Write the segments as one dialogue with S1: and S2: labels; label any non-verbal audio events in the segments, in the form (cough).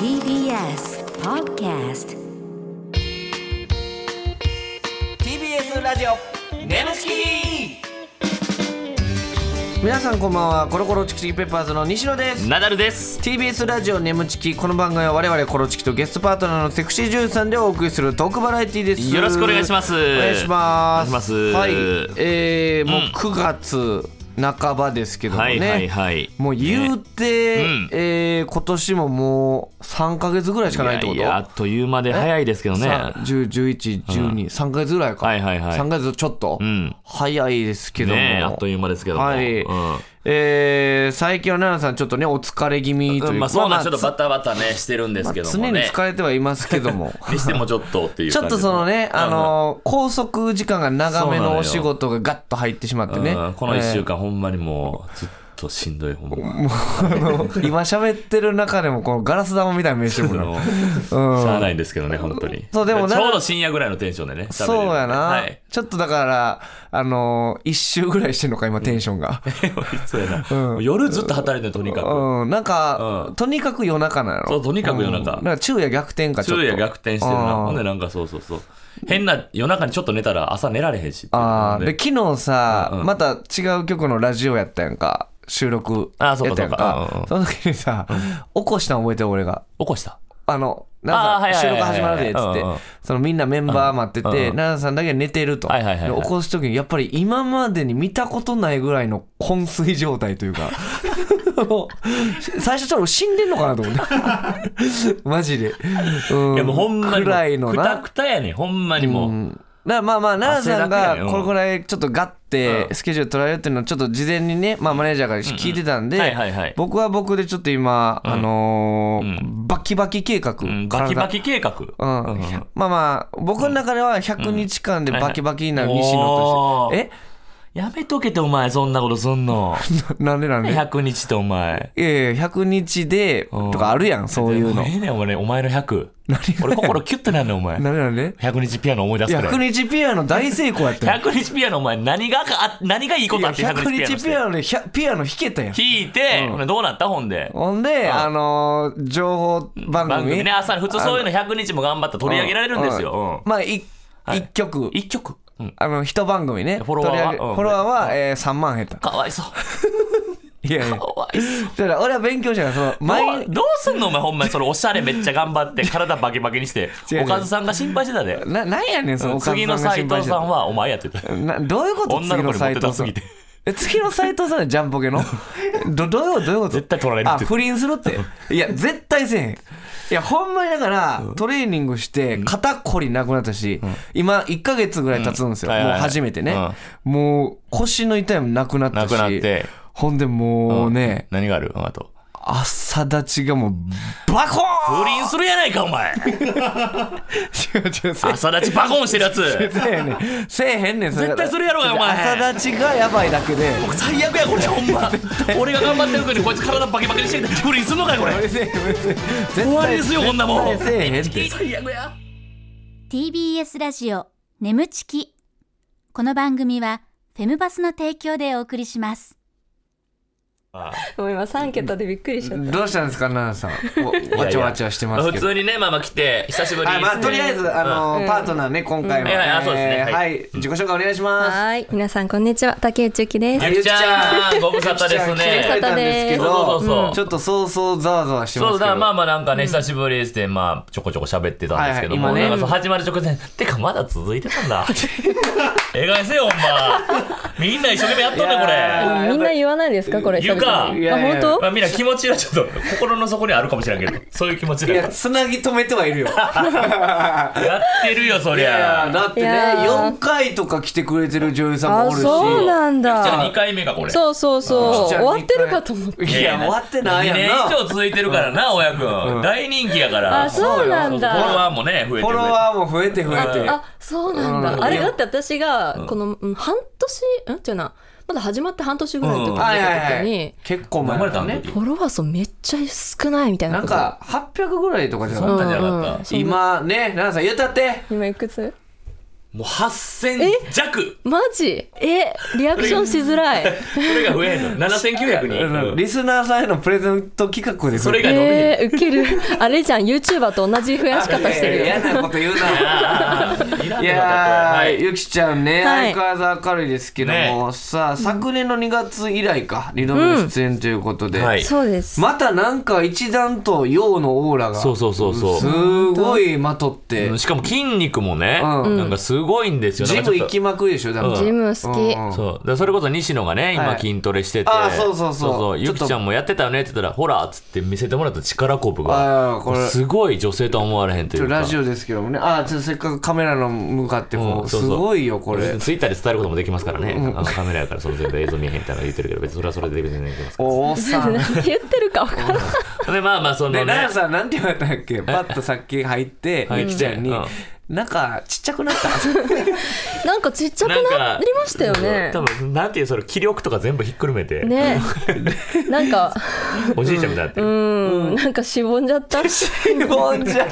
S1: TBS Podcast
S2: TBS ラジオ
S3: 眠ち
S2: 皆さんこんばんはコロコロチキチキペッパーズの西野です
S3: ナダルです。
S2: TBS ラジオネムチキこの番組は我々コロチキとゲストパートナーのセクシージュンさんでお送りするトークバラエティです
S3: よろしくお願いします
S2: お願いします
S3: お願いします
S2: はいえー、もううん9月半ばですけども
S3: は
S2: ね、
S3: いはいはい。
S2: もう言う
S3: ね
S2: て、
S3: うん
S2: えー今年ももう3か月ぐらいしかないってこと
S3: いやいやあっという間で早いですけどね。
S2: さ10、11、12、3ヶ月ぐらいか。
S3: はいはいはい
S2: 3ヶ月ちょっと。
S3: うん
S2: 早いですけども。
S3: ねえあっという間ですけども。
S2: はい
S3: うん
S2: えー最近は奈々さんちょっとね、お疲れ気味といううか、
S3: んまあそうなんですちょっと
S2: まあ
S3: バタバタねしてるんですけども
S2: 常に
S3: ね。
S2: 疲れてはいますけど
S3: (laughs)
S2: も。
S3: にしてもちょっとっていう
S2: ちょっ
S3: 感
S2: と
S3: じで
S2: そのね、あ
S3: うん
S2: のー拘束時間が長め
S3: そうなの
S2: の
S3: よ
S2: お仕事がガッと入ってしまってね
S3: うん。この1週
S2: 間。
S3: 間ほんまにもうずっとしんどいほんま。
S2: (laughs) 今喋ってる中でも、このガラス玉みたいな目してるもん
S3: あ
S2: な
S3: (laughs) の
S2: うん
S3: しゃあないんですけどね本当に。
S2: そうでもな
S3: ちょうど深夜ぐらいのテンションでね。喋れる
S2: そうやな、
S3: はい。 (laughs)
S2: ちょっとだから、あのー一周ぐらいしてんのか、今、テンションが。
S3: そうやな。夜ずっと働いてるとにかく。
S2: うん、なんか、
S3: うん
S2: とにかく夜中なの。
S3: そうとにかく夜中
S2: うんだから昼夜逆転か、ちょっと。
S3: 昼夜逆転してるな。
S2: あー
S3: ほんでなんかそうそうそう。変な、夜中にちょっと寝たら朝寝られへんしっていう
S2: あ
S3: の
S2: あ、
S3: で。
S2: で、昨日さ、
S3: うんうん
S2: また違う局のラジオやったやんか。収録
S3: あ
S2: や
S3: ー
S2: った
S3: そう
S2: や
S3: か
S2: んか。
S3: そうか
S2: その時にさ、起こしたの覚えてる俺が。
S3: 起こした。
S2: あの、
S3: あー
S2: な
S3: は
S2: んか
S3: いはい
S2: 収
S3: はい
S2: 録
S3: はい
S2: 始まるでっつって
S3: うんうん、
S2: そのみんなメンバー待ってて、
S3: うんうん
S2: 奈々さんだけ寝てると。
S3: はいはいはいはい
S2: で起こす時に、やっぱり今までに見たことないぐらいの昏睡状態というか、 (laughs) もう最初ちょっと死んでんのかなと思って。 (laughs) マジで。うん
S3: いやもうほんまに。
S2: くらいの
S3: くた
S2: な。
S3: くたやねんほんまに
S2: う
S3: もう。
S2: んだからまあまあ奈々さん
S3: 汗だく
S2: が
S3: やね
S2: これぐらいちょっとガッ
S3: う
S2: て
S3: ん
S2: スケジュール取られるっていうのはちょっと事前にね、まあ、マネージャーから聞いてたん
S3: はい
S2: で
S3: はいはい。
S2: 僕は僕でちょっと今、あのー
S3: う
S2: バキバキ計画、
S3: うんバキバキ計画。
S2: 体が、うん
S3: うん
S2: まあまあ僕の中では100日間でバキバキになる西野
S3: お
S2: と
S3: ー
S2: して、
S3: やめとけてお前、そんなことす
S2: (laughs)
S3: んの。
S2: え (laughs) なんでなんで
S3: 100日ってお前。
S2: いやいや100日でとかあるやんそういうの
S3: ええねん、お前、お前の100。
S2: 何
S3: 俺心キュッてなんねん、お前。
S2: なんでなんで
S3: 100日ピアノ思い出すから
S2: 100。日ピアノ大成功やったやん
S3: 100日ピアノお前、何があ、何がいいことあって100
S2: 100
S3: 日
S2: 日
S3: ピ
S2: ピ
S3: アノ
S2: アノで100ピアノ弾けたやん
S3: して。弾いて、ほんでどうなったほんで。
S2: ほんで、あのー情報番組
S3: 番組ね、朝、普通そういうの100日も頑張ったら取り上げられるんですよ。
S2: まあ、い一曲
S3: うん。一曲。うん。
S2: あの、一番組ね。
S3: フォロワーは
S2: 取り上げ
S3: うん
S2: フォロワーは、えー、3万減った。
S3: かわいそう。
S2: いやいや。だ
S3: かわいそう。
S2: から俺は勉強じゃない。その、
S3: ど
S2: 毎
S3: う、どうすんのお前ほんまにそれおしゃれめっちゃ頑張って体バキバキにして
S2: (laughs) 違う違う
S3: おかずさんが心配してたで
S2: な、なんやねん、その、おかず
S3: 次
S2: さ
S3: の
S2: んが
S3: 斎
S2: 心配
S3: 藤
S2: し
S3: さん
S2: て
S3: はお前やってた
S2: たなどういうこと
S3: 女
S2: 次の
S3: の子にモ
S2: 斎
S3: テた
S2: 藤
S3: す
S2: さん
S3: ぎて。
S2: え、次の斎藤さんはジャンポ
S3: (laughs)
S2: ケのど、どういうことどういうこと
S3: 絶対取られるっ
S2: あ、
S3: て
S2: 不倫するって。いや、絶対せえへん。いや、ほんまにだから、トレーニングして、肩こりなくなったし、今、1ヶ月ぐらい経つんですよ。
S3: うんはい
S2: も
S3: は
S2: う
S3: いはい
S2: 初めてね。もう、腰の痛みもなくなったし。
S3: なくなって
S2: ほんで、もうね、
S3: 何があるあと
S2: 朝立ちがもう、バコーン
S3: 不倫するやないかお前
S2: 違う違う、せ
S3: 朝立ちバコンしてるやつ
S2: (laughs) えへんねん。せえへんねん、それ
S3: 絶対するやろがお前
S2: 朝立ちがやばいだけで。
S3: 最悪やこれほん
S2: (laughs)
S3: ま俺が頑張ってる時にこいつ体バキバキにして不倫すんのかいこれ
S2: うるせえうるせえ絶対
S3: 終わりですよこんなもん
S2: 絶対せえへんって。
S3: 最悪や
S1: TBS ラジオ眠ちきこの番組はフェムバスの提供でお送りします
S4: もう今3桁でびっくりしちゃった。
S2: どうしたんですか、奈々さん。おわちゃわちゃしてますけ
S3: 普
S2: ど。
S3: 通にねママ来て久しぶり
S2: はい、
S3: に
S2: まあ、とりあえず、あの、パートナーね、今回は。
S3: うんはいはいあそうですね
S2: えーは、
S3: はい
S2: 自己紹介お願いします。
S4: はーい、皆さんこんにちは、竹内ゆきです。
S3: ゆきちゃんご無沙汰で
S2: 来て
S3: す
S2: くれ
S3: ね
S2: たんですけど
S3: そうそうそう
S2: ちょっとそうそうざわざわしてます
S3: そ
S2: けど。
S3: うだからまあまあなんかね、久しぶりですって、まあ、ちょこちょこ喋ってたんですけども、
S2: はいはい今ね
S3: なんかそう始まる直前、てかまだ続いてた
S2: (laughs)
S3: んだ。えがいせよ、ほんま。みんな一生懸命やっとん
S2: いや
S3: ね、
S2: ー
S4: みんな言わないですかこれ。
S3: ゆか
S4: 久々
S2: い
S4: に
S2: やいやいや
S3: こ
S4: あ、
S3: れ。
S4: 本
S3: まあ、みんな気持ちがちょっと心の底にあるかもしれんけど、そういう気持ち
S2: い
S3: で。や
S2: や、
S3: っ
S2: つなぎ止めてはいるよ。
S3: てるよ、そ
S2: い
S3: り
S2: やい
S3: ゃ。
S2: や
S3: じ
S2: だってね
S4: いやー
S2: 4回とか来てくれてる女優さん
S4: 当
S2: もお
S4: あ、
S2: るし
S4: そうなん
S3: ゃあ2
S4: だ。
S3: 回目か、これ。
S4: そうそうそう。
S2: じ
S4: 終
S2: ゃあ
S4: わってるかと思って。
S2: いや終わってないやんな
S3: 2年以上続いてるからな、親くん。大人気やから。
S4: あ、そうなん
S3: フォロ
S4: だ。
S3: ワーもね、増えてる。
S2: フォロワーも増えて増えて
S4: あ、そうなん
S2: う
S4: だ。
S2: ん
S4: あれ
S2: いや
S4: だって私が、この、うん半年、ん違うな。まだ始まって半年ぐらいの時に
S2: はい
S4: 出
S2: は
S4: た
S2: い
S4: 時
S2: はい
S4: に、
S2: 結構
S3: 生
S2: 前
S3: ま
S2: だ
S3: れたん
S2: ね
S3: ね。
S4: フォロワー数めっちゃ少ないみたいな
S2: なん
S4: こと。
S2: か800ぐらいとかじゃ
S3: そ
S2: な
S3: う
S2: い
S3: なんじゃなかった。
S4: そんな
S2: 今ね奈々さん言うたって
S4: 今いくつ
S3: もう8000弱
S4: マジえリアクションしづらい
S3: それが増えんの7900に、うん
S2: リスナーさんへのプレゼント企画ですよ
S3: それが伸びる、
S4: えー、ウケるあれじゃん YouTuber と同じ増やし方してるよ
S2: 嫌なこと言う
S3: (laughs)
S2: な
S3: いら
S2: い
S3: んってこと
S2: やー、
S3: はい
S2: ゆきちゃんね、
S4: はい
S2: 相変わらず明るいですけども、さあ昨年の2月以来か2度目の出演ということで、
S3: はい
S4: そうです
S2: またなんか一段と陽のオーラが
S3: そうそうそうそう
S2: すごいまとって、
S3: しかも筋肉もね、
S2: うん
S3: なんかすごいんですよ
S2: ジ
S3: なんか
S2: ム
S3: ちょ
S2: 行
S3: っと
S2: きまくりでしょだから、
S4: ジム好き、
S2: うん
S3: そうだからそれこそ西野がね
S2: は
S3: 今
S2: い
S3: 筋トレしてて、
S2: あーそうそうそうちょ
S3: ゆ
S2: っ
S3: き
S2: と
S3: ちゃんもやってたよねって言ったらほらっつって見せてもらった力こぶ
S2: あー
S3: が
S2: これ
S3: すごい女性とは思われへんと
S2: ち
S3: い
S2: ょ
S3: うか
S2: ラジオですけどもねあーちょっとせっかくカメラの向かってこう、
S3: うんそうそう
S2: すごいよこ
S3: (laughs)
S2: れ
S3: ツイッターで伝えることもできますからね、あのカメラやからその全部映像見えへんみたいなの言ってるけど別にそれはそれで全然できますか
S2: おおっさん
S4: (laughs) 何言ってるか分からん
S3: らでまあまあその
S2: で
S3: ね
S2: 奈良さんなんて言われたっ
S3: (laughs)
S2: けパッとさっき入って
S3: 入っ
S2: ゆ
S3: て
S2: きちゃんに
S3: うん
S2: 「なんかちっちゃくな
S3: (laughs)
S2: った」
S4: なんかちっちゃくなりましたよね
S3: 多分なんていうそれ気力とか全部ひっくるめて、
S4: (laughs) ねえなんか
S3: おじいちゃんみたいになってる
S4: う、んなんかしぼんじゃ (laughs) った
S2: もんじゃ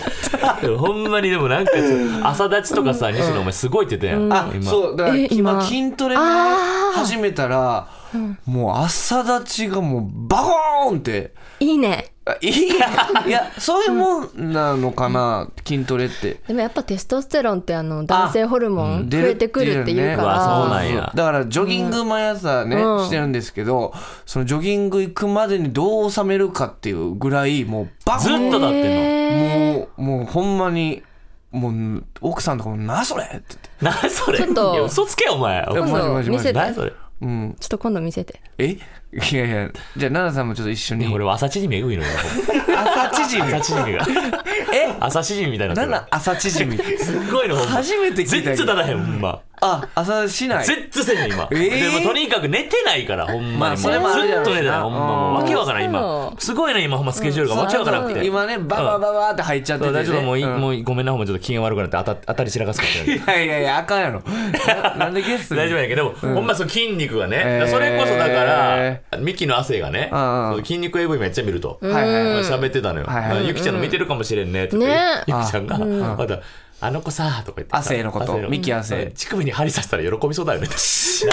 S3: ほんまにでもなんかちょっと朝立ちとかさ西野お前すごいって言ってたやん、
S2: あ
S3: 今
S2: そうだから
S4: え
S2: 今
S4: 今
S2: 筋トレね
S4: あー
S2: 始めたらもう朝立ちがもうバコーンって
S4: いいね
S2: あいいいやそういうもんなのかな筋トレって
S4: でもやっぱテストステロンってあの男性ホルモン増
S2: 出る
S4: えてくるっていう
S2: 出
S4: か
S2: るね
S4: ら、
S3: わそうなんや
S2: だからジョギング毎朝ね
S4: うん
S2: してるんですけどそのジョギング行くまでにどう収めるかっていうぐらいもうバコ
S3: ずっ
S2: ーン
S3: とだってんの、
S4: へー
S2: もうもうほんまにもう奥さんとかも「なそれ!」って言って
S3: なそれ
S4: ちょっと
S3: いや嘘つけよお前
S2: や
S4: 今
S2: マジマジマ
S4: 度見
S2: ジ
S4: せて
S3: 何
S4: ちょ
S3: それ
S2: うん
S4: っと今度見せて
S2: えいやいやじゃあ奈々さんもちょっと一緒に
S3: 俺は朝縮みえぐいのよ
S2: 朝縮
S3: (laughs)
S2: み
S3: 朝縮みが
S2: え
S3: 朝縮みみたいにな
S2: な
S3: って
S2: ん
S3: る
S2: だ朝縮
S3: (laughs)
S2: み
S3: すっごいのほんま
S2: 初めて聞い
S3: 全
S2: た
S3: 然
S2: け
S3: だ
S2: ど
S3: らへんほんま
S2: あ朝しない
S3: 全然せんねん今、
S2: えー
S3: でもとにかく寝てないからほんまに、
S2: まあそれもある
S3: ず
S2: やろうな
S3: っと寝てないほんまもう
S2: うん
S3: わけわからん
S4: そ
S3: 今
S4: う
S3: すごいね今ほんまスケジュールが
S2: そう
S3: わけわからんくて
S2: 今ねババババって入っちゃって
S3: そ
S2: て
S3: う
S2: ね
S3: 大丈夫もうい、
S2: ん
S3: もうごめんなほんまちょっと機嫌悪くなって当た当たり散らかすかもし
S2: (laughs)
S3: れな
S2: いやい
S3: い
S2: やいやあかんやろななんでゲストに
S3: 大丈夫やけど、ほんまその筋肉がね、
S2: えー
S3: それこそだからミキの汗がね、
S2: うんうん
S3: その筋肉 AV めっちゃ見ると、
S2: はいはいはい
S3: 喋ってたのよ、
S2: はいはい
S3: ゆきちゃんの見てるかもしれんねって言って、
S4: ね
S3: ゆきちゃんがまた「あの子さ」とか言ってさ
S2: 汗のことミキ汗
S3: うん乳首に針刺したら喜びそうだ
S2: (laughs)
S3: よね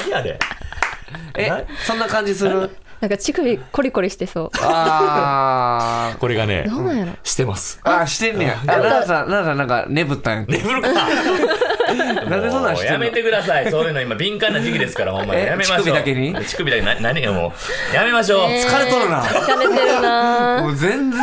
S3: 何やで
S2: えそんな感じす
S3: (laughs)
S2: る
S4: なんか乳首コリコリしてそう
S2: あ
S3: これがね
S4: どうなんやろ
S3: してます
S2: ーあしてんねやあ奈々さん奈々さんなんか眠ったんや
S3: 眠るか
S2: (laughs) なんでそんなんしてんの
S3: もうやめてくださいそういうの今敏感な時期ですからほんまに
S2: え
S3: やめましょう
S2: 乳首だけに
S3: 乳首だけな何がもうやめましょう、
S2: 疲れとるな
S4: 疲れてるな
S2: もう全然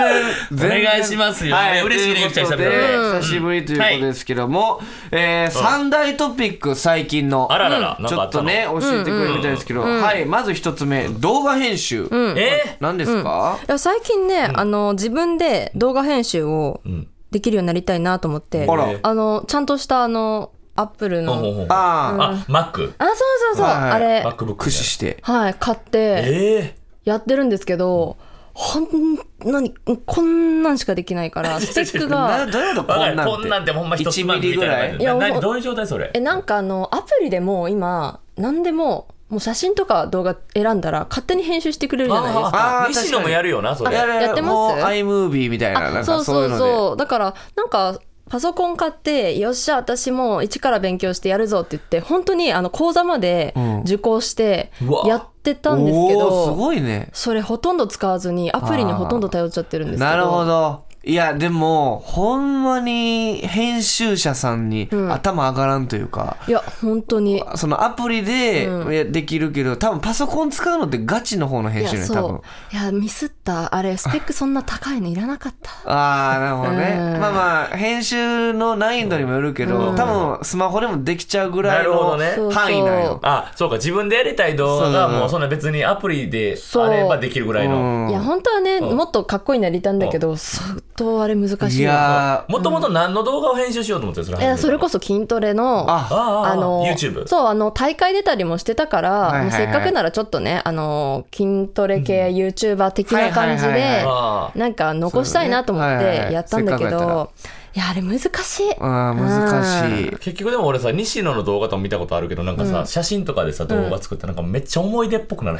S2: 全然
S3: お願いしますよね嬉しいねゆきちゃん
S2: と
S3: 久
S2: いうことで
S3: 々にねうん
S2: 久しぶりということですけども、えー、三大トピック最近の
S3: あららら、なん
S2: ち
S3: か
S2: ょ
S3: あ
S2: っ
S3: った
S2: と
S3: の
S2: ね教えてくれるみたいですけど、はいまず一つ目動画編集、
S3: え
S2: 何ですか、
S4: (laughs) いや最近ね、あの自分で動画編集を
S3: ん
S4: できるようになりたいなと思って、
S2: あら
S4: あのちゃんとしたあのアップル
S3: ーほんほ
S4: の
S3: んほんあ
S2: あー
S3: マック
S4: あそうそうそう、
S2: はいはい
S4: あれ
S3: マックブック
S2: 駆使して
S4: はい買って
S3: え
S4: やってるんですけどほんなにこんなんしかできないから
S2: (laughs)
S4: スペック
S2: な
S4: が
S2: どういうこ
S3: え
S2: とこんなんって
S3: こんなんてほんま一つまみみたいな感じ
S4: いや
S3: な
S4: ほ
S3: 何
S4: ん
S3: どういう状態それ
S4: えなんかあのアプリでもう今何でももう写真とか動画選んだら勝手に編集してくれるじゃないですか
S3: あ
S2: あ
S3: あ
S2: ー
S3: 西野もやるよなそれ
S2: や
S4: やってます
S2: もう iMovie みたいななん
S4: あそ
S2: か
S4: う
S2: そう
S4: そ
S2: いう
S4: う
S2: ので
S4: そうだからなんかパソコン買ってよっしゃ私も一から勉強してやるぞって言って本当にあの講座まで
S2: ん
S4: 受講して
S3: うわ
S4: やってたんですけ
S2: おーす
S4: ど、
S2: ごいね
S4: それほとんど使わずにアプリにほとんど頼っちゃってるんですけど
S2: なるほどいやでもほんまに編集者さんに
S4: ん
S2: 頭上がらんというか、
S4: いや本当に
S2: そのアプリで
S4: うん
S2: いやできるけど、多分パソコン使うのってガチの方の
S4: い
S2: 編
S4: や
S2: 集ね多分
S4: そういやミスったあれスペックそんな高いのいらなかった
S2: ああなるほどね、
S4: うん
S2: まあまあ編集の難易度にもよるけど、
S4: うん
S2: 多分スマホでもできちゃうぐらい
S3: なるほ
S2: の
S3: どね
S4: そうそう
S2: 範囲なんよ、
S3: あそうか自分でやりたい動画がもうそんな別にアプリで
S4: そう
S3: あればできるぐらいの
S2: うん
S4: いや本当はね、
S3: うん
S4: もっとかっこいいのやりたいんだけど、相当あれ難しい
S2: い
S4: よ
S2: や
S3: もともと何の動画を編集しようと思ってるそれ
S4: いやそれこ
S3: そ
S4: そ筋トレの
S2: あ
S3: ああ
S4: あの
S3: の YouTube
S4: そうあの大会出たりもしてたから、
S2: いはいはい
S4: もうせっかくならちょっとねあの筋トレ系 YouTuber 的な感じ
S2: はいはいはい
S4: で
S2: は
S3: あ
S4: なんか残したいなと思っ
S2: そうだねはいはい
S4: て
S2: はい
S4: やったんだけど、
S2: せっかくやったら
S4: いやあれ難しい
S2: あー難しい。
S3: 結局でも俺さ、西野の動画とかも見たことあるけど、なんかさ、写真とかでさ、動画作ってなんかめっちゃ思い出っぽくなる。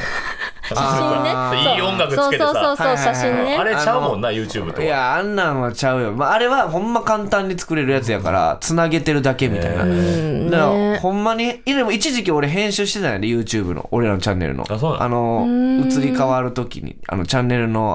S3: 写
S2: (laughs) あー
S3: いい音楽つ
S4: そう
S3: けて
S4: そうそう
S3: さ、
S4: そう写
S2: は
S4: 真
S2: いはいはい
S4: ね
S3: あれちゃうもんな、YouTube と
S2: い
S3: か。
S2: やあんなんはちゃうよ、まあ、あれはほんま簡単に作れるやつやからつなげてるだけみたいな、
S3: へ
S2: だから
S4: ね
S2: ほんまにいやでも一時期俺編集してたんやで YouTube の俺らのチャンネルの
S3: あそうなの
S2: の移り変わる時にあのチャンネル
S3: (laughs)
S2: の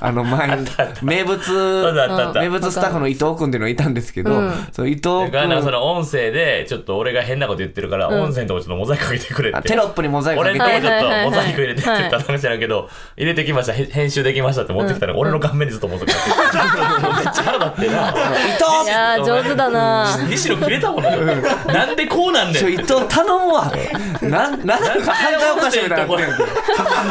S2: あの前に名物
S3: ったあったあった
S2: 名物スタッフの伊藤君っていうのがいたんですけど、そう伊藤
S3: だからなんかそ
S2: 君
S3: の音声で、ちょっと俺が変なこと言ってるから、音声のとこちょっとモザイクかけてくれっ
S2: あ
S3: て。
S2: テロップにモザイクかけ
S3: 俺の
S2: て
S3: と
S4: は
S3: こ
S4: い
S3: ちょっとモザイク入れてって
S4: はい
S3: 言
S4: は
S3: っ
S4: い
S3: た話じゃないけど、入れてきました、へ編集できましたって持ってきたら、俺の顔面にずっとモザイクかけてる。めっちゃ腹立ってな。
S2: 伊藤
S4: いやー上手だな
S3: 西野切れたもんね。なんでこうなんね
S2: ちょ伊 (laughs)
S3: ん。
S2: 藤頼むわ
S3: (laughs)
S2: なんなんか犯罪おかしいみたいになってん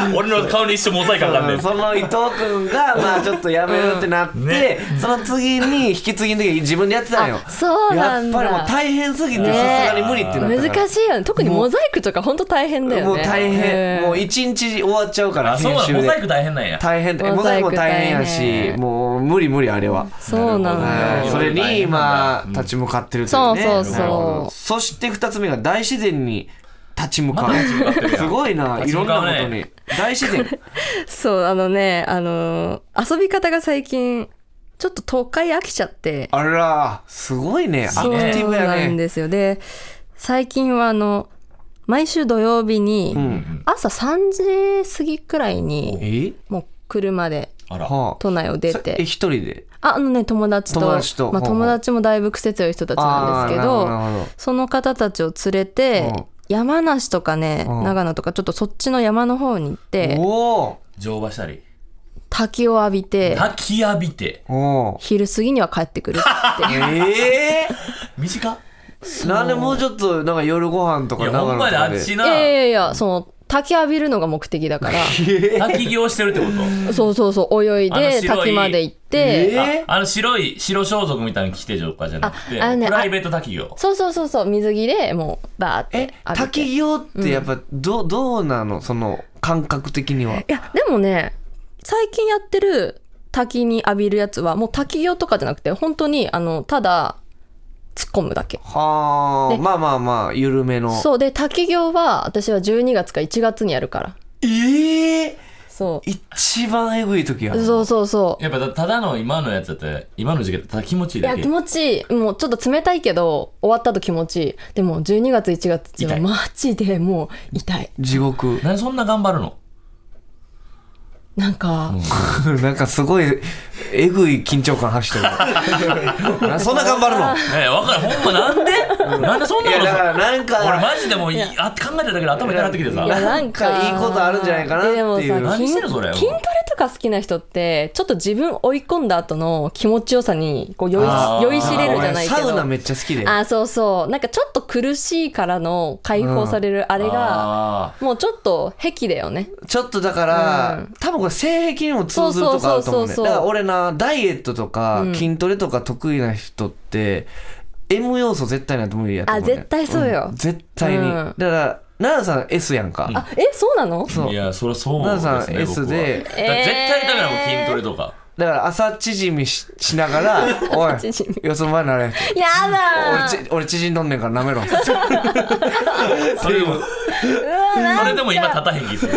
S2: ねん
S3: 俺の顔に一瞬モザイクかかんねん。
S2: その伊藤君がまあちょっとやめるってなって、
S3: んね
S2: その次に引き継ぎの時に自分でやってたんよ
S4: あそうなんだ
S2: やっぱりもう大変すぎて
S4: ね
S2: さすがに無理ってなったから
S4: 難しいよね特にモザイクとか本当大変だよね
S2: もう大変、
S4: うん
S2: もう一日終わっちゃうから
S3: あ、そ
S2: 編
S3: うなの
S2: 集
S3: モ
S2: で
S3: ザイク大変なんや。
S2: 大変だモ
S4: モ
S2: ザ
S4: ザ
S2: イ
S4: イ
S2: ク
S4: ク
S2: も大変や
S4: 大
S2: し
S4: 変
S2: もう無理無理あれは、
S4: そうなんだ
S2: は
S4: よ
S2: いそれに今立ち向かってるというね
S4: そうそうそう
S2: なるほどそして二つ目が大自然に立ち向かう、すごいな
S3: 立
S2: い
S3: ち
S2: ろ
S3: 向
S2: ん
S3: か
S2: な
S3: う
S2: こ
S3: ね
S2: とに大自然
S4: そうあのねあのー遊び方が最近ちょっと都会飽きちゃって
S2: あらすごいねアク
S4: そう
S2: ティブや
S4: な
S2: ね
S4: んですよで最近はあの毎週土曜日に
S2: ん
S4: 朝3時過ぎくらいに
S2: え
S4: もう車で
S3: あら。
S2: はあ
S4: 都内を出
S2: そえ
S4: て
S2: 一人で
S4: ああのね友達と
S2: 友達と
S4: まあ、
S2: ほうほう
S4: 友達もだいぶ癖強い人たちなんですけ
S2: あーなるほどなる
S4: ど
S2: ほど
S4: その方たちを連れて
S2: うん
S4: 山梨とかね
S2: うん
S4: 長野とかちょっとそっちの山の方に行って
S2: おお
S3: 乗馬したり。
S4: 滝を浴びて
S3: 焚き浴びて。
S2: おー
S4: 昼過ぎには帰ってくる
S2: (laughs)
S4: っていう
S2: ええ
S3: 短っ
S2: (laughs) なんでもうちょっとなんか夜ご飯と
S3: い
S2: か
S3: や、
S2: 長
S3: ほん
S2: 野
S3: ま
S2: と
S3: にあ
S2: か
S3: っ
S2: で
S3: ち
S4: い
S3: な。
S4: やいやいやその滝浴びるのが目的だから
S3: 焚き業してるってこと
S4: そうそうそう泳い
S3: あの
S4: で
S3: 白い
S4: 滝ま (laughs) で行っ
S2: え
S4: て
S2: ー
S3: ああの白い白装束みたいに着てとかじゃなくて、
S4: ああのね
S3: プライベート滝行
S4: そうそうそうそう水着でもうバーって
S2: え
S4: 浴びて
S2: 滝行ってやっぱど,、うどうなのその感覚的にはい
S4: やでもね最近やってる滝に浴びるやつはもう滝用とかじゃなくて本当にあのただ突っ込むだけ
S2: はあ
S4: で
S2: まあまあまあ緩めの
S4: そうで滝行は私は12月か1月にやるから
S2: ええ
S4: そ
S2: 一番えぐい時や
S4: うそうそうそう
S3: やっぱたただの今のやつだって今の時期だったら気持ちいい
S4: い
S3: だ
S4: や
S3: け
S4: 気持ちいいもうちょっと冷たいけど終わった後気持ちいいでも12月1月っていうのはマジでもう痛い
S2: 地獄 (laughs)
S3: なんでそんな頑張るの
S4: なんか、
S2: なんかすごいえぐい緊張感走って (laughs) るそんな頑張るの
S3: ねえ分かるほんまなんでなんでそん
S2: い
S3: な
S2: や
S3: の
S2: だから
S3: さ
S2: なんか
S3: 俺マジでもういあ考えてるだけで頭痛くなってきてさ
S4: いやなん
S2: なん
S4: か
S2: かいいことあるんじゃないかなっていう
S4: でもさ
S3: 何してんの
S4: 筋
S3: それ
S4: 筋トレとか好きな人ってちょっと自分追い込んだ後の気持ちよさにこう酔い
S3: あー
S4: 酔いしれるじゃないけど
S2: サウナめっちゃ好きで
S4: あそうそうなんかちょっと苦しいからの解放されるあれが、
S3: あ
S4: もうちょっと癖だよね
S2: ちょっとだから、
S4: うん
S2: 多分これ性癖にも通ずるとかあると思うね
S4: そうそうそうそう
S2: だから俺なダイエットとか
S4: うん
S2: 筋トレとか得意な人って、M 要素絶対ないと無理やと思う、ね、
S4: あ絶対そうよ
S2: ん絶対に、
S4: うん
S2: だから奈良さん S やんか、
S4: あえそうなの
S2: そう
S3: いやそりゃそう
S2: 奈良
S3: で
S2: さ
S3: す
S2: ん
S3: ね
S2: S
S3: 僕は
S2: で
S3: だから絶対ダメなもん筋トレとか
S2: だから朝縮みししながら
S4: (laughs)
S2: 「おい
S4: 縮み
S2: よそ前になれ
S4: や
S2: 俺
S4: だ
S2: ち
S4: ー
S2: 俺縮んどんねんからな
S4: (laughs)
S2: めろ」
S3: それでもそれでも今立たへん気する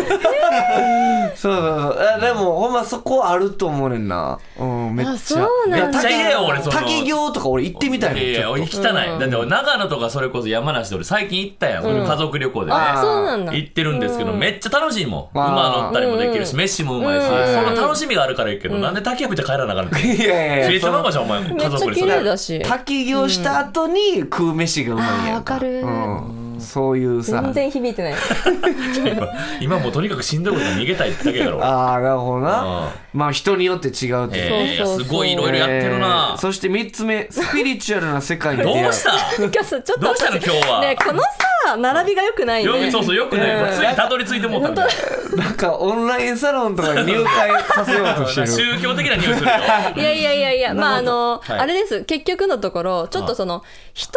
S2: そうそうそうあでもほんまそこあると思うねんなうんめっちゃ
S4: あそうなん
S3: め
S4: だ
S3: っちゃ嫌よ俺その
S2: 滝行とか俺行ってみたいもん
S3: いやいや俺汚い、だって俺長野とかそれこそ山梨で俺最近行ったやん、俺家族旅行で
S2: あ
S3: ね
S2: ー
S4: そうなんだ
S3: 行ってるんですけど、めっちゃ楽しいもん
S2: あー
S3: 馬乗ったりもできるし、飯もうまいし、その楽しみがあるからいいけど、なんで竹やぶじゃ帰らなあかんの
S2: いやいや
S3: 消
S2: い
S3: え
S2: や
S3: てまうかじゃんお前
S4: めっ
S3: 家
S4: ちゃ
S3: 族に
S4: 綺
S3: それ
S4: 麗だし
S2: 滝行した後に食う飯がうまいやん
S4: あーわかる
S2: うん、そういうさ
S4: 全然響い (laughs) てない
S3: 今今もうとにかくしんどいことに逃げたいってだけやろ俺
S2: ああなるほど
S3: うん
S2: なまあ人によって違うっていう
S3: えー
S4: そうそうそう
S3: すごいいろいろやってる
S2: え
S3: な、
S2: ーそして3つ目スピリチュアルな世界に出
S3: ど
S2: 会う
S3: うした
S4: なんかさちょっと
S3: どうしたの今日は
S4: ねこのさ並びが良くない
S3: よ (laughs)
S4: ね
S3: くそうそうよくね、
S4: うん
S3: ついにたどり着いてもうたんだよ
S2: なんかオンラインサロンとかに入会させようとしてる
S3: 宗教的な匂いするよ。
S4: いやいやいやいや、まああの、
S2: はい
S4: あれです。結局のところ、ちょっとその、人、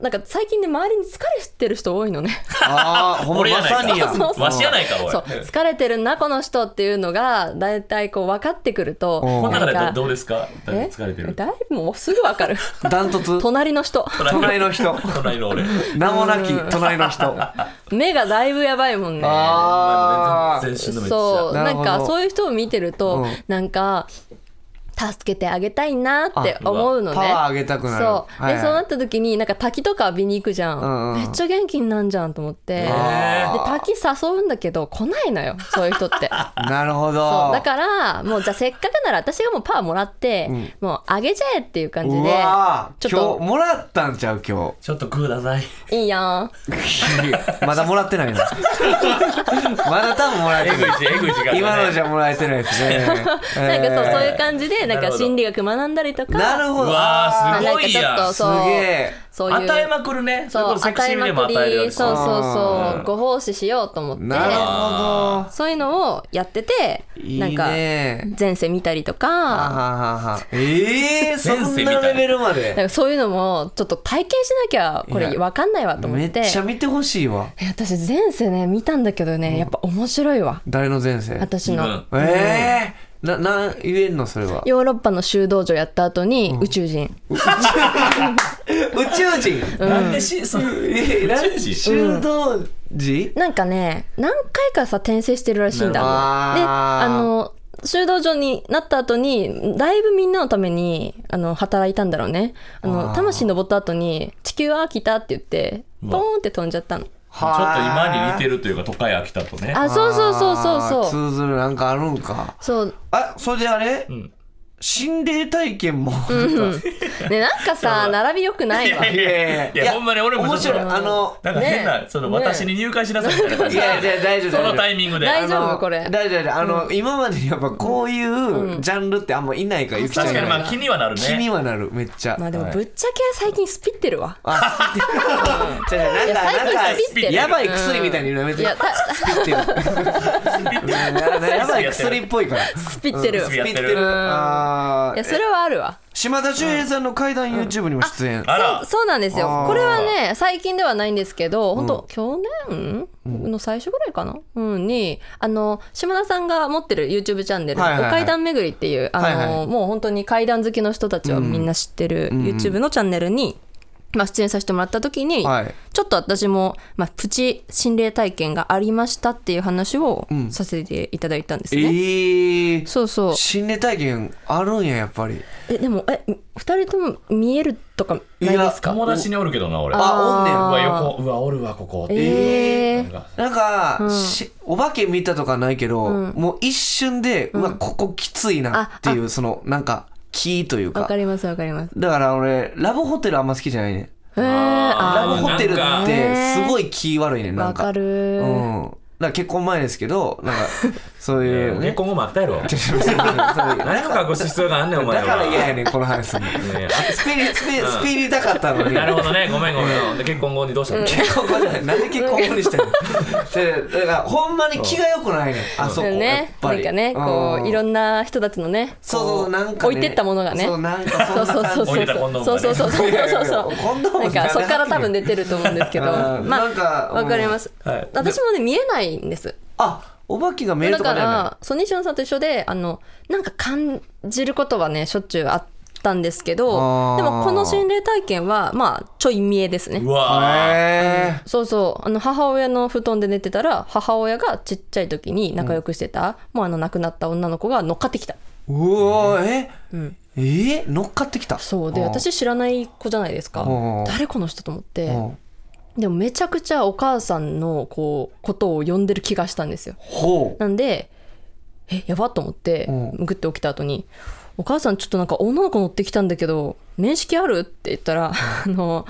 S4: なんか最近ね、周りに疲れてる人多いのね。
S2: あ (laughs) あほんま
S3: 俺や
S2: ま
S3: ないか
S2: さにや
S4: そうそうそう
S3: わしやないか、おい。
S4: (laughs) そう、
S3: こ
S4: 疲れてるな、この人っていうのが、だいたいこう分かってくると、
S2: うん
S3: の中で
S4: な
S3: ど
S4: んか
S3: どうですか誰疲れてる
S4: え誰もうすぐ分かる。
S2: ダントツ
S4: 隣の人、
S2: 隣の人
S3: 隣の俺。
S2: 名もなき隣の人
S4: 目がだいぶやばいもんね。
S2: あー
S3: 全身のめっち
S4: そ
S3: ゃ。
S4: う
S2: な
S4: な
S2: るほ
S4: ん
S2: ど
S4: かそういう人を見てると、
S2: うん
S4: なんか助けてあげたいなって
S3: あ
S4: 思うの
S2: パ
S4: ね
S2: ワー上げたくなる
S4: そう
S2: はい
S4: で
S2: はい
S4: そうなった時になんか滝とか浴びに行くじゃん、
S2: うんうん
S4: めっちゃ元気になんじゃんと思ってで
S2: あー
S4: 滝誘うんだけど来ないのよそういう人っ
S2: (laughs)
S4: て
S2: なるほ
S4: そ
S2: ど
S4: うだからもうじゃあせっかくなら私がもうパワーもらって、もうあげちゃえっていう感じ
S2: う
S4: で
S2: わー
S4: ちょっ
S2: 今日もらったんちゃう今
S3: ちょっとグーださい。
S4: といいやん
S2: 日 (laughs) まだもらってないなまだ多分もらえ
S3: え
S2: て
S3: ぐい
S2: ない
S3: し、えぐい時間。
S2: 今のじ
S3: ゃ。
S2: ゃもらえてないですね
S4: (laughs) なんかそうそういう
S2: じ
S4: 感じでなん
S3: なる
S4: か
S3: ほど
S4: 心理学学んだりとか
S2: なるほ
S3: う
S2: ど
S3: わ
S4: まあ
S3: ー、す
S4: なん
S3: ご
S4: か
S3: い
S4: ちょっ
S3: や
S4: と
S3: ん。
S4: そう
S2: すげえ
S4: そういう
S3: 与えまくるね。それこそセクシービデオも与えるように。
S4: そうそう
S2: あ
S4: そうご奉仕しようと思って
S2: なるほ
S4: そういうのをやってて
S2: どいい
S4: なんか
S2: ね
S4: 前世見たりと
S2: はは
S4: か
S2: ははええー、そ
S3: 前世
S2: ん
S3: みたい
S2: な
S3: な
S2: レベルま
S4: なん
S2: で
S4: かそういうのもちょっと体験しなきゃこ
S2: い
S4: れ
S2: や
S4: 分かんないわと思
S2: め
S4: っ
S2: ってちゃ見てほしいわ
S4: え私前世ね見たんだけどねやっぱ面白いわ
S2: 誰の前世
S4: 私
S3: う
S4: の
S3: ん
S2: ええー、ななん言えんのそれは
S4: ヨーロッパの修道女やった後に宇宙人
S2: 宇宙人
S3: なんでし、そう。
S2: え
S3: 宇宙人
S2: 修道寺
S4: なんかね何回かさ転生してるらしいんだで
S2: なるほど
S4: あの修道女になった後にだいぶみんなのためにあの働いたんだろうねあの
S2: あー
S4: 魂登った後に「地球は飽きた」って言ってポ
S3: うわ
S4: ーンって飛んじゃったの
S3: ちょっと今に似てるというか、都会飽きたとね。
S4: あそうそうそうそうそう
S2: 通ずるなんかあるんか
S4: そう
S2: あそれであれ、
S3: ん
S2: 心霊体験もなんか
S4: (laughs) ねなんかさ並び良くないわ
S2: いやいや
S3: いやほんまに俺も
S2: 面白い
S3: ちょっ
S2: あの
S3: なんか変な、
S4: ね
S3: その
S4: ね
S3: 私に入会しなさいみたいな感
S2: い
S3: じで
S2: やいや大丈夫
S3: その
S2: 大丈夫
S3: タイミングで。
S4: 大丈夫
S2: あの
S4: これ
S2: 大丈夫大丈夫あの、今までにやっぱこういうジャンルってあんまいないからゆきちゃん
S3: 確
S2: が
S3: かにまあ気にはなるね。
S2: 気にはなるめっちゃ、
S4: まあでも
S3: はい
S4: ぶっちゃけ最近スピってるわ
S2: あ、じゃあなんか、
S4: いや
S2: なん
S4: 最近スピって
S2: か、
S4: る
S2: やばい薬みたいに言うのやめて。
S4: いやた
S2: スピってる。
S3: (laughs)
S2: うんやばい薬っぽいから。
S4: スピってる
S3: うん
S2: ス
S4: わ
S2: ピ
S4: い
S2: って
S3: やって
S2: る。
S3: る
S2: あ
S4: や
S2: ー
S4: それはあるわ
S2: 島田秀平さんの怪談 YouTube にも出演。
S3: あら、
S4: そうなんですよ
S2: あー
S4: これはね最近ではないんですけど本当、去年の最初ぐらいかな、うん、にあの島田さんが持ってる YouTube チャンネル「
S2: はいはいはい
S4: お階段巡り」っていうあの、
S2: はいはい
S4: もう本当に階段好きの人たちはみんな知ってる YouTube のチャンネルに、まあ、出演させてもらった時に、
S2: はい
S4: ちょっと私も、まあ、プチ心霊体験がありましたっていう話をさせていただいたんです
S2: え
S4: ね。
S2: ー。
S4: そうそう
S2: 心霊体験あるんや、やっぱり。
S4: えでもえ二人とも見えるとかないですか
S3: 友達におるけどな、俺。うわ、
S2: あ、おんねん。
S3: 横、うわ、おるわ、ここ。
S4: えー
S3: なんか
S2: なんか、しお化け見たとかないけど、もう一瞬で、うわ、ここきついなっていう、その、なんか、気という
S4: わ
S2: か
S4: か。りますわかります。
S2: だから俺、ラブホテルあんま好きじゃないね。
S4: えー、
S2: ラブ
S4: あ
S3: ー
S2: ホテルっ
S3: なんか
S2: てすごい気悪いねん
S4: ー
S2: な
S4: わ
S2: んか
S4: かる
S2: うんだから結婚前ですけどなんかそういう
S3: 結
S2: ね
S3: 婚後もあったやろ。
S2: (laughs) そういうだ
S3: 何を隠す必要があんねん、お前は。
S2: から嫌やねんこの話すんの
S3: ね
S2: スピリスピスピリたかったのに
S3: (laughs) なるほどね、ごめんごめん。で結婚後にどうしたの
S2: 結婚後じゃないなんで結婚後にしてんの (laughs) でだからほんまに気が良くないねんあそこやっ
S4: ね、
S2: ぱ
S4: な
S2: り
S4: んかね、こういろんな人たちのね、
S2: そうそうそうなんかね
S4: 置いてったものがね、
S2: そうなんか
S4: そうそうそう
S3: 置い
S4: そ、
S3: うてたコンドーム
S4: そ
S3: が
S4: う
S3: ね
S4: そうそうそう
S2: いやい
S4: そ
S2: や
S4: う
S2: いや
S4: そう、
S2: コンドーム
S4: なんかそこから多分
S2: ね
S4: 出てると思うんですけど、
S2: あー
S4: ま
S2: なんか
S4: あわかります
S3: はい。
S4: (laughs) 私もね見えないんです。
S2: あお化けが見える
S4: だ
S2: とか
S4: か
S2: じゃない
S4: ら、そう西野さんと一緒で、あのなんか感じることはねしょっちゅうあったんですけど、
S2: あー
S4: でもこの心霊体験はまあちょい見えですね
S3: う。わ
S2: へー
S4: そうそうあの母親の布団で寝てたら母親がちっちゃい時に仲良くしてた、もうあの亡くなった女の子が乗っかってきた
S2: うおーえ、えー乗っかってきた
S4: そうで
S2: あー
S4: 私知らない子じゃないですか
S2: うん
S4: 誰この人と思って
S2: うん
S4: でもめちゃくちゃお母さんのこうことを呼んでる気がしたんですよ
S2: ほう
S4: なんでえやばっと思って
S2: うん
S4: グッて起きた後に「お母さんちょっとなんか女の子乗ってきたんだけど面識ある?」って言ったらあの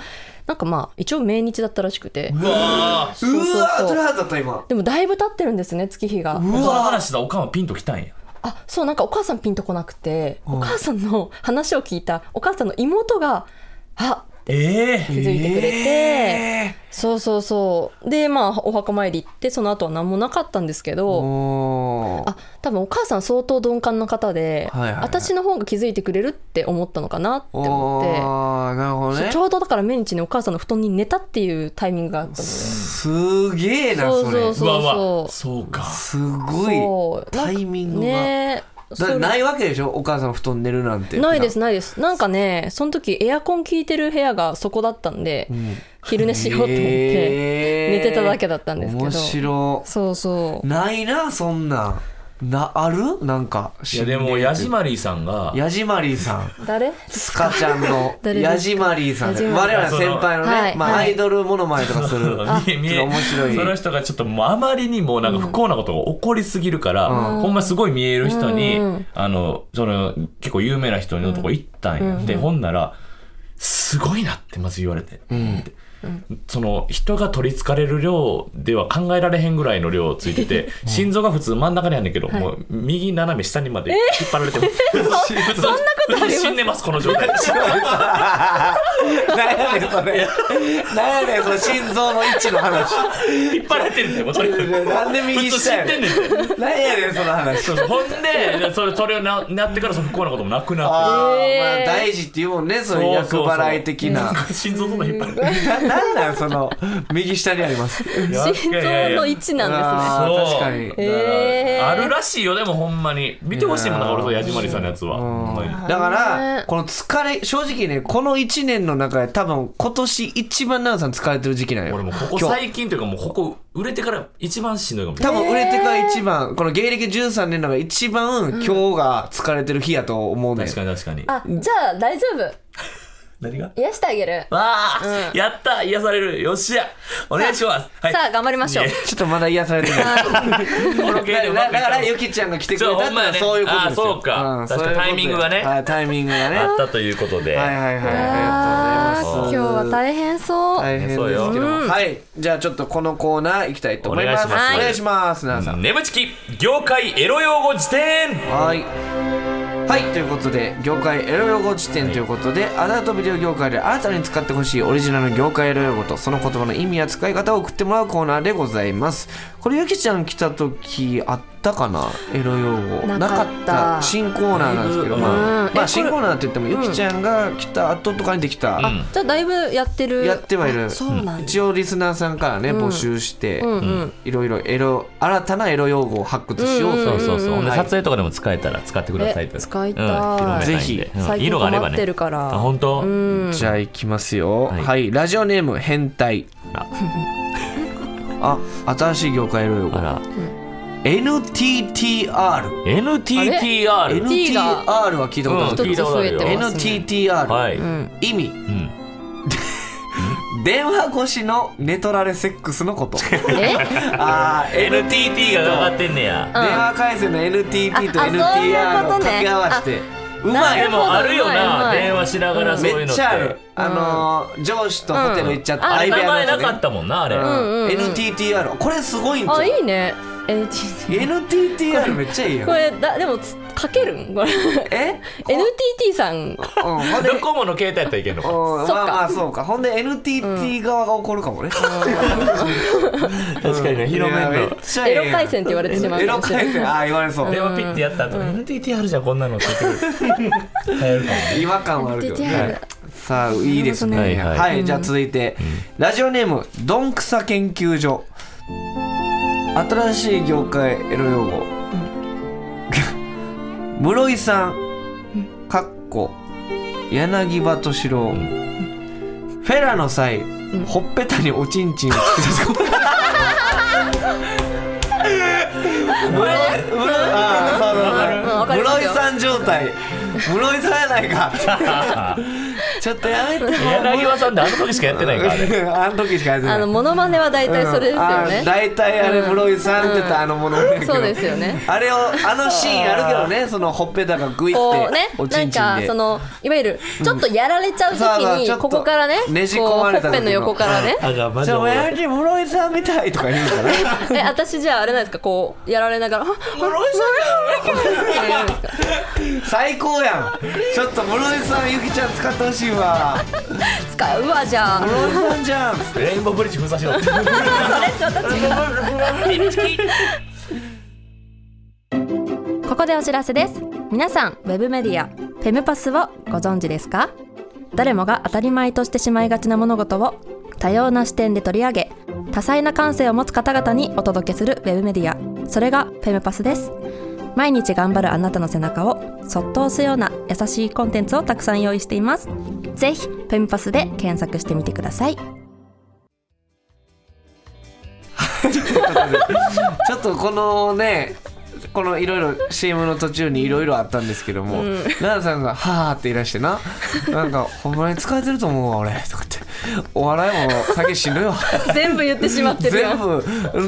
S4: なんかまあ一応命日だったらしくて
S3: ーうわー
S4: そうそうそう
S2: うわートラハだった今
S4: でもだいぶ経ってるんですね月日が。
S3: その話したらおかんはピンときたんや。
S4: あそうなんかお母さんピンとこなくてお母さんの話を聞いたお母さんの妹が「あって
S3: ええ
S4: 気づいてくれて、
S2: え
S4: そうそうそうでまあお墓参り行ってその後は何もなかったんですけ
S2: ー、
S4: ど、
S2: おー
S4: あ多分お母さん相当鈍感な方で、
S2: はいはいはい
S4: 私の方が気づいてくれるって思ったのかなって思
S2: おーなるほ
S4: っ
S2: ど
S4: て、
S2: ね
S4: ちょうどだから命日にお母さんの布団に寝たっていうタイミングがあったのです
S2: げえなそれ
S4: そう
S3: うわう
S4: そ
S3: わ
S4: う
S3: そうか
S2: すごい
S4: そうなん
S2: タ
S4: か
S2: イミングが、
S4: ね
S2: だって
S4: それ
S2: ないわけでしょお母さん布団寝るなんて
S4: ないです
S2: ね、
S4: ないですなんかねその時エアコン効いてる部屋がそこだったんで、
S2: うん
S4: 昼寝しようと思って寝てただけ
S2: だっ
S4: だったんですけど、
S2: 面白
S4: そうそう
S2: ないなそんなんなあるなんか
S3: いやでもヤジ
S2: マ
S3: マリーさんが
S2: ヤジマリーさん
S4: 誰
S2: スカちゃんの
S4: (laughs) 誰ですか
S2: ヤジマリーさんで
S4: ヤジ
S2: 我
S4: マリー
S2: 々の先輩のね、
S4: はい
S2: まあ、
S4: はい
S2: アイドルモノマネとかする
S3: (laughs) 見え見
S2: ちょっ
S3: え
S2: と面白い
S3: その人がちょっともうあまりにもなんか不幸なことが起こりすぎるから、
S2: う
S3: ほんますごい見える人に、
S4: うん
S3: あのその結構有名な人のとこ行ったんやって、ほんなら「すごいな」ってまず言われて。ってその人が取りつかれる量では考えられへんぐらいの量ついてて、心臓が普通真ん中にあるんだけど、もう右斜め下にまで引っ張られて、そんなこと死んでますこの状態で
S2: 何やねんそれ何やねんその心臓の位置の
S3: (laughs)
S2: 話
S3: 引っ張られてるんだよもうとにかく
S2: なんで右下やねん
S3: (laughs) 普通知ってんねんて
S2: 何やねんその話
S3: そうそうほんでそれそれをななってからその不幸なこともなくなって
S2: あー、ま
S4: え
S2: あ
S4: ー
S2: 大事っていうもんねその
S3: そうそ
S2: 役
S3: うそう
S2: 払い的な
S3: 心臓そんな引っ張る
S2: (laughs) ななんなんその右下にあります
S3: (laughs)
S4: 心臓の位
S3: 置
S4: 置なん
S2: あー
S3: そう
S2: 確かに
S4: えー
S3: あるらしいよでもほんまに見てほしいもんだから俺と矢島りさんのやつはほんまに
S2: だか
S4: ね
S2: らこの疲れ正直ねこの1年の中で多分今年一番奈々さん疲れてる時期なんよ
S3: 俺もうここ
S2: 今日
S3: 最近というかもうここ売れてから一番しんどいかも
S2: 多分売れてから一番、この芸歴13年の中で一番今日が疲れてる日やと思うねん
S3: 確かに確かに
S4: ですねあじゃあ大丈夫
S3: 何が
S4: 癒してあげる
S3: わあ
S4: うん
S3: やった癒されるよっしゃお願いしますはい
S4: さあ頑張りましょう
S3: いや
S2: (laughs) ちょっとまだ癒されてないだ
S3: この芸人うまくい
S2: だ
S3: った
S2: からゆきちゃんが来てくれたってのは
S3: そう
S2: そういうことですよ
S3: ほんまやねあーそうか確かにタイミングがね
S2: はいタイミングがね
S3: あったということで
S2: はいはいはいありがとうございます
S4: 今日は大変そう、
S2: 大変ですけども
S3: そうよ
S2: はいじゃあちょっとこのコーナー行きたいと思います
S3: お願いします
S2: お願いします奈々
S3: 眠ちき業界エロ用語辞典
S2: さんはいはいということで業界エロ用語辞典ということで、アダルトビデオ業界で新たに使ってほしいオリジナルの業界エロ用語とその言葉の意味や使い方を送ってもらうコーナーでございますこれゆきちゃん来た時あったかなエロ用語
S4: なかった
S2: 新コーナーなんですけど、
S3: うん
S2: まあ
S4: え
S2: まあ、
S4: これ
S2: 新コーナーって言ってもゆきちゃんが来た後とかにできた、
S3: うん
S4: じゃあだいぶやってる
S2: やってはいる
S4: あそうなんだ、
S2: 一応リスナーさんからね、
S4: ん
S2: 募集して、
S4: うんうん
S2: いろいろエロ新たなエロ用語を発掘しようという
S3: そうそうそう、
S2: は
S3: ほ
S2: い
S3: んで撮影とかでも使えたら使ってくださいと
S4: え使いたい
S3: うん、広めたいんで
S2: ぜ
S3: うん
S4: 最近
S3: 色があれば
S4: 困って
S3: ね
S4: るから
S3: あ本当、
S4: うん
S2: じゃあいきますよは、
S3: はいい
S2: ラジオネーム変態
S3: あ
S2: (laughs) あ新しい業界エロ用語
S3: あら
S2: NTTR
S3: NTTR
S2: NTR
S4: が
S2: は聞いたことあ
S3: うん
S2: る
S4: 一
S3: 聞い
S4: つ増えて
S3: たことあるよ
S4: ますね
S2: NTTR、
S3: はい、う
S4: うんん
S2: 意味電話越しの寝取られセックスの
S3: (laughs)
S2: こと
S4: え
S2: あー
S3: NTT がかかってんねや
S4: うん
S2: 電話回線の NTT と
S4: ああそういうこ
S2: NTR を
S4: とね
S2: 掛け合わせてうまい
S3: で
S2: よ
S3: もあるよ
S4: う
S3: な
S4: まいうまい
S3: 電話しながらそういうの
S2: め
S3: っ
S2: ってちゃある、あのー上司とホテル行っちゃった
S3: あれ
S2: 相部屋
S3: 名前
S2: のや
S3: な
S2: つ
S3: かったもんなあれ、
S2: ね
S4: んうんうん
S2: NTTR これすごいんじゃ
S4: あ
S2: ん
S4: いいね NTT
S2: NTTR めっちゃいいよ
S4: これだでもつかけるんこれ
S2: え
S4: NTT さん
S2: うんほ
S4: (laughs)
S2: んで
S3: ドコモの携帯やったらいけんのか
S2: うん
S4: そっか
S2: まあまあそうかほんで NTT 側が怒るかもね、
S3: 確かにね広めん
S2: いや
S3: の
S2: めっちゃいい
S4: エ
S2: やん
S4: ロ回線って言われてしまう
S2: エロ回線ああ言われそう
S3: 電話ピッてやった後、NTT あるじゃんこんなのって (laughs) 言ってくる流行るか
S2: (laughs) 違和
S3: も
S2: 感はあるけど
S4: NTTR
S2: ねさあいいですね
S3: な
S2: は
S3: る
S2: い、
S3: ほどねはい
S2: はいじゃあ続いて、ラジオネームどんくさ研究所新しい業界エロ用語室井さんかっこ柳葉敏郎、フェラの際、ほっぺたにおちんちんをつ
S4: (laughs)
S2: けた室井あーそうそうそう
S4: うんわかりま
S2: 室
S4: す
S2: 井
S4: よ
S2: さん状態室井さんやないかちょっとやめても
S3: 柳葉さんってあの時しかやってないからあれ
S2: あの時しかやってない
S4: あのモノマネは大体それです
S2: うん
S4: よ
S2: あー
S4: ね、
S2: 大体あれ室井さんって言ったらあのものやけど
S4: そうですよね
S2: あれをあのシーンあるけどねそのほっぺたがグイっ
S4: こうね
S2: ておち
S4: なんん
S2: ちん
S4: か
S2: で
S4: そのいわゆるちょっとやられちゃう
S2: そうそう
S4: 時
S2: ちょ
S4: に
S2: っと
S4: ここからね
S2: ねじ込まれた
S4: こうほ
S2: 時の
S4: っぺの横からね
S3: あがマ
S2: じゃあ親父室井さんみたいと (laughs) か言うからね
S4: え私じゃああれなんですかこうやられながら
S2: 最高やんちょっと室井さんゆきちゃん使ってほしいいわ
S4: 使うわじゃあ
S2: ロンドンじゃん
S3: レインボーブリッジ封鎖しろって。
S4: ここでお知らせです皆さんウェブメディアフェムパスをご存知ですか誰もが当たり前としてしまいがちな物事を多様な視点で取り上げ多彩な感性を持つ方々にお届けするウェブメディアそれがフェムパスです毎日頑張るあなたの背中をそっと押すような優しいコンテンツをたくさん用意していますぜひフェムパスで検索してみてください
S2: ちょっとこのねこのいろいろ CM の途中にいろいろあったんですけども、奈良さんが「はあ」っていらしてな「なんかほんまに疲れてると思うわ俺」とかって「お笑いも酒しんどいわ」
S4: 全部言ってしまって
S2: 全部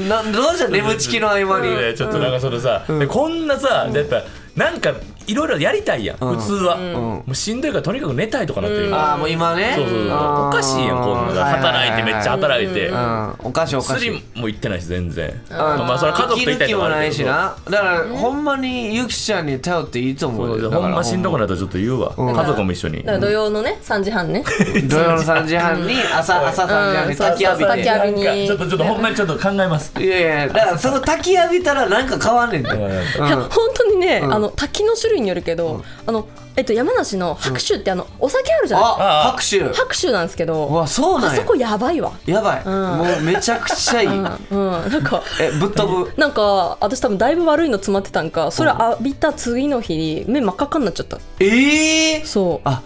S2: などうじゃ眠ちきの合間に、
S3: ねちょっとなんかそのさ、でこんなさ、やっぱなんかいろいろやりたいやん、
S2: うん
S3: 普通は、
S2: ん
S3: もうしんどいからとにかく寝たいとかなってる、
S2: ああもう今ね
S3: そうそうそう
S2: あー
S3: おかしいやんこんなの働いてめっちゃ働いて、
S2: うん、おかしいおかしい
S3: 釣りも行ってないし全然
S2: あ
S3: まあそれは家族と行ったりと
S2: 息抜きも
S3: かあ
S2: な
S3: る
S2: い
S3: け
S2: し
S3: ど
S2: なだからほんまにゆきちゃんに頼っていいと思
S3: そうう
S2: よ
S3: そう
S2: だから
S3: ほんましんどくなったらちょっと言うわ、家族も一緒に、
S4: 土曜のね3時半ね
S2: 土曜の3時半に朝朝3時半に
S4: そうそ
S2: 焚
S4: う
S2: き浴び
S4: 焚き
S2: て
S4: 上
S3: なんか
S4: げ
S3: ちょっとちょっとほんまにちょっと考えます
S2: いやいやだからその焚き浴びたらなんか変わんねんて、うん、
S4: いや本当にね、
S2: うん
S4: あの滝の種類によるけど、あのえっと山梨の白州ってあのお酒あるじゃない、
S2: あ拍手
S4: ですか白州なんですけ
S2: う
S4: ど
S2: わそう
S4: あ
S2: なん
S4: そ
S2: や
S4: こやばいわ、
S2: やばい、
S4: ん
S2: もうめちゃくちゃいい、
S4: うん、なんか
S2: えぶっ飛ぶ
S4: なんか私多分だいぶ悪いの詰まってたんかそれ浴びた次の日に目真っ赤っかになっちゃった
S2: ええー、
S4: そう
S2: あ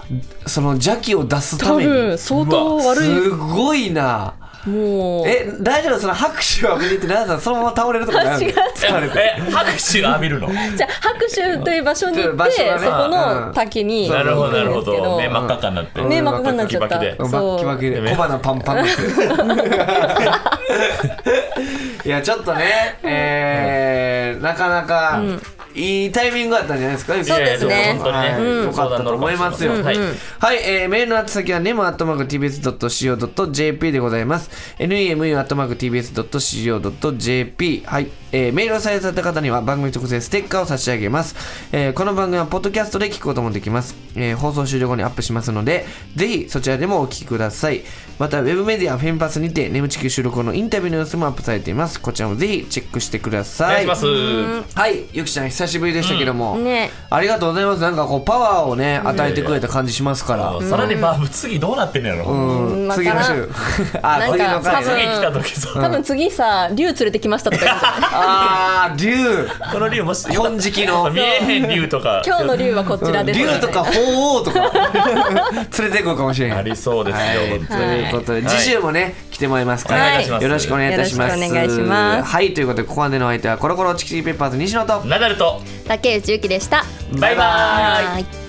S2: その邪気を出すた
S4: 多
S2: めに
S4: 分相当悪
S2: す
S4: い
S2: ごいな
S4: もう
S2: え大丈夫その拍手を浴びてて奈良さんそのまま倒れるとかない
S4: 違う違う
S2: 疲れて
S3: え拍手を浴びるの
S4: じゃあ白州という場所に行
S2: とい
S4: って、
S2: う場所がね
S4: そこの滝に
S3: なるほどなるほ
S4: 行くんですけ
S3: ど目真っ赤っかになって
S4: 目真っ赤っかになっちゃった
S3: バキバキで
S2: バ
S4: そう
S2: ッキバキで小鼻パンパンです (laughs) いやちょっとねえーなかなかいいタイミングだったんじゃないですか
S4: そうですね
S3: いやいやでも本当にね
S2: はい
S3: うん
S2: よかったと思いますよ
S3: うん
S2: はい
S3: うんうん
S2: はいえーメールの宛先は nemu.tbs.co.jp でございます nemu.tbs.co.jp はいえーメールを採用された方には番組特製ステッカーを差し上げますえーこの番組はポッドキャストで聞くこともできますえー放送終了後にアップしますのでぜひそちらでもお聞きくださいまたウェブメディアフェンパスにてネムチキ収録後のインタビューの様子もアップされていますこちらもぜひチェックしてくだ
S3: お
S2: さい
S3: 願いします、
S2: はい、ゆきちゃん久しぶりでしたけども、
S4: ね
S2: ありがとうございます。なんかこうパワーをね与えてくれた感じしますから。
S3: さらにまあ次どうなってんのやろ、
S2: うん
S4: うん
S2: 次の週、 (laughs) あ
S4: なんか
S2: 次の回
S4: 多分
S3: 次
S2: ね。
S3: 来た時さ、
S4: 多分次さ竜連れてきましたとか言うんじゃ
S2: (laughs)
S4: ない
S2: ああ竜
S4: (laughs)
S3: この竜もし
S2: 金色の
S3: 見えへん竜とか
S4: 今日の竜はこちらです、
S2: 竜とか鳳凰と
S4: (laughs)
S2: か連れてくるかもしれな
S3: あ
S2: い。
S3: りそうですよ、
S2: はい、
S3: 本
S2: と
S3: 当に
S2: いうことで、次週もね来てもらいますか
S4: は
S2: ら、
S4: い
S2: よろしくお願いいたします。
S4: よろしくお願いします
S2: はいということでここまでのお相手はコロコロチキチキペッパーズ西野と
S3: ナダルと
S4: 竹内ゆきでした
S3: バイバーイ
S4: ーい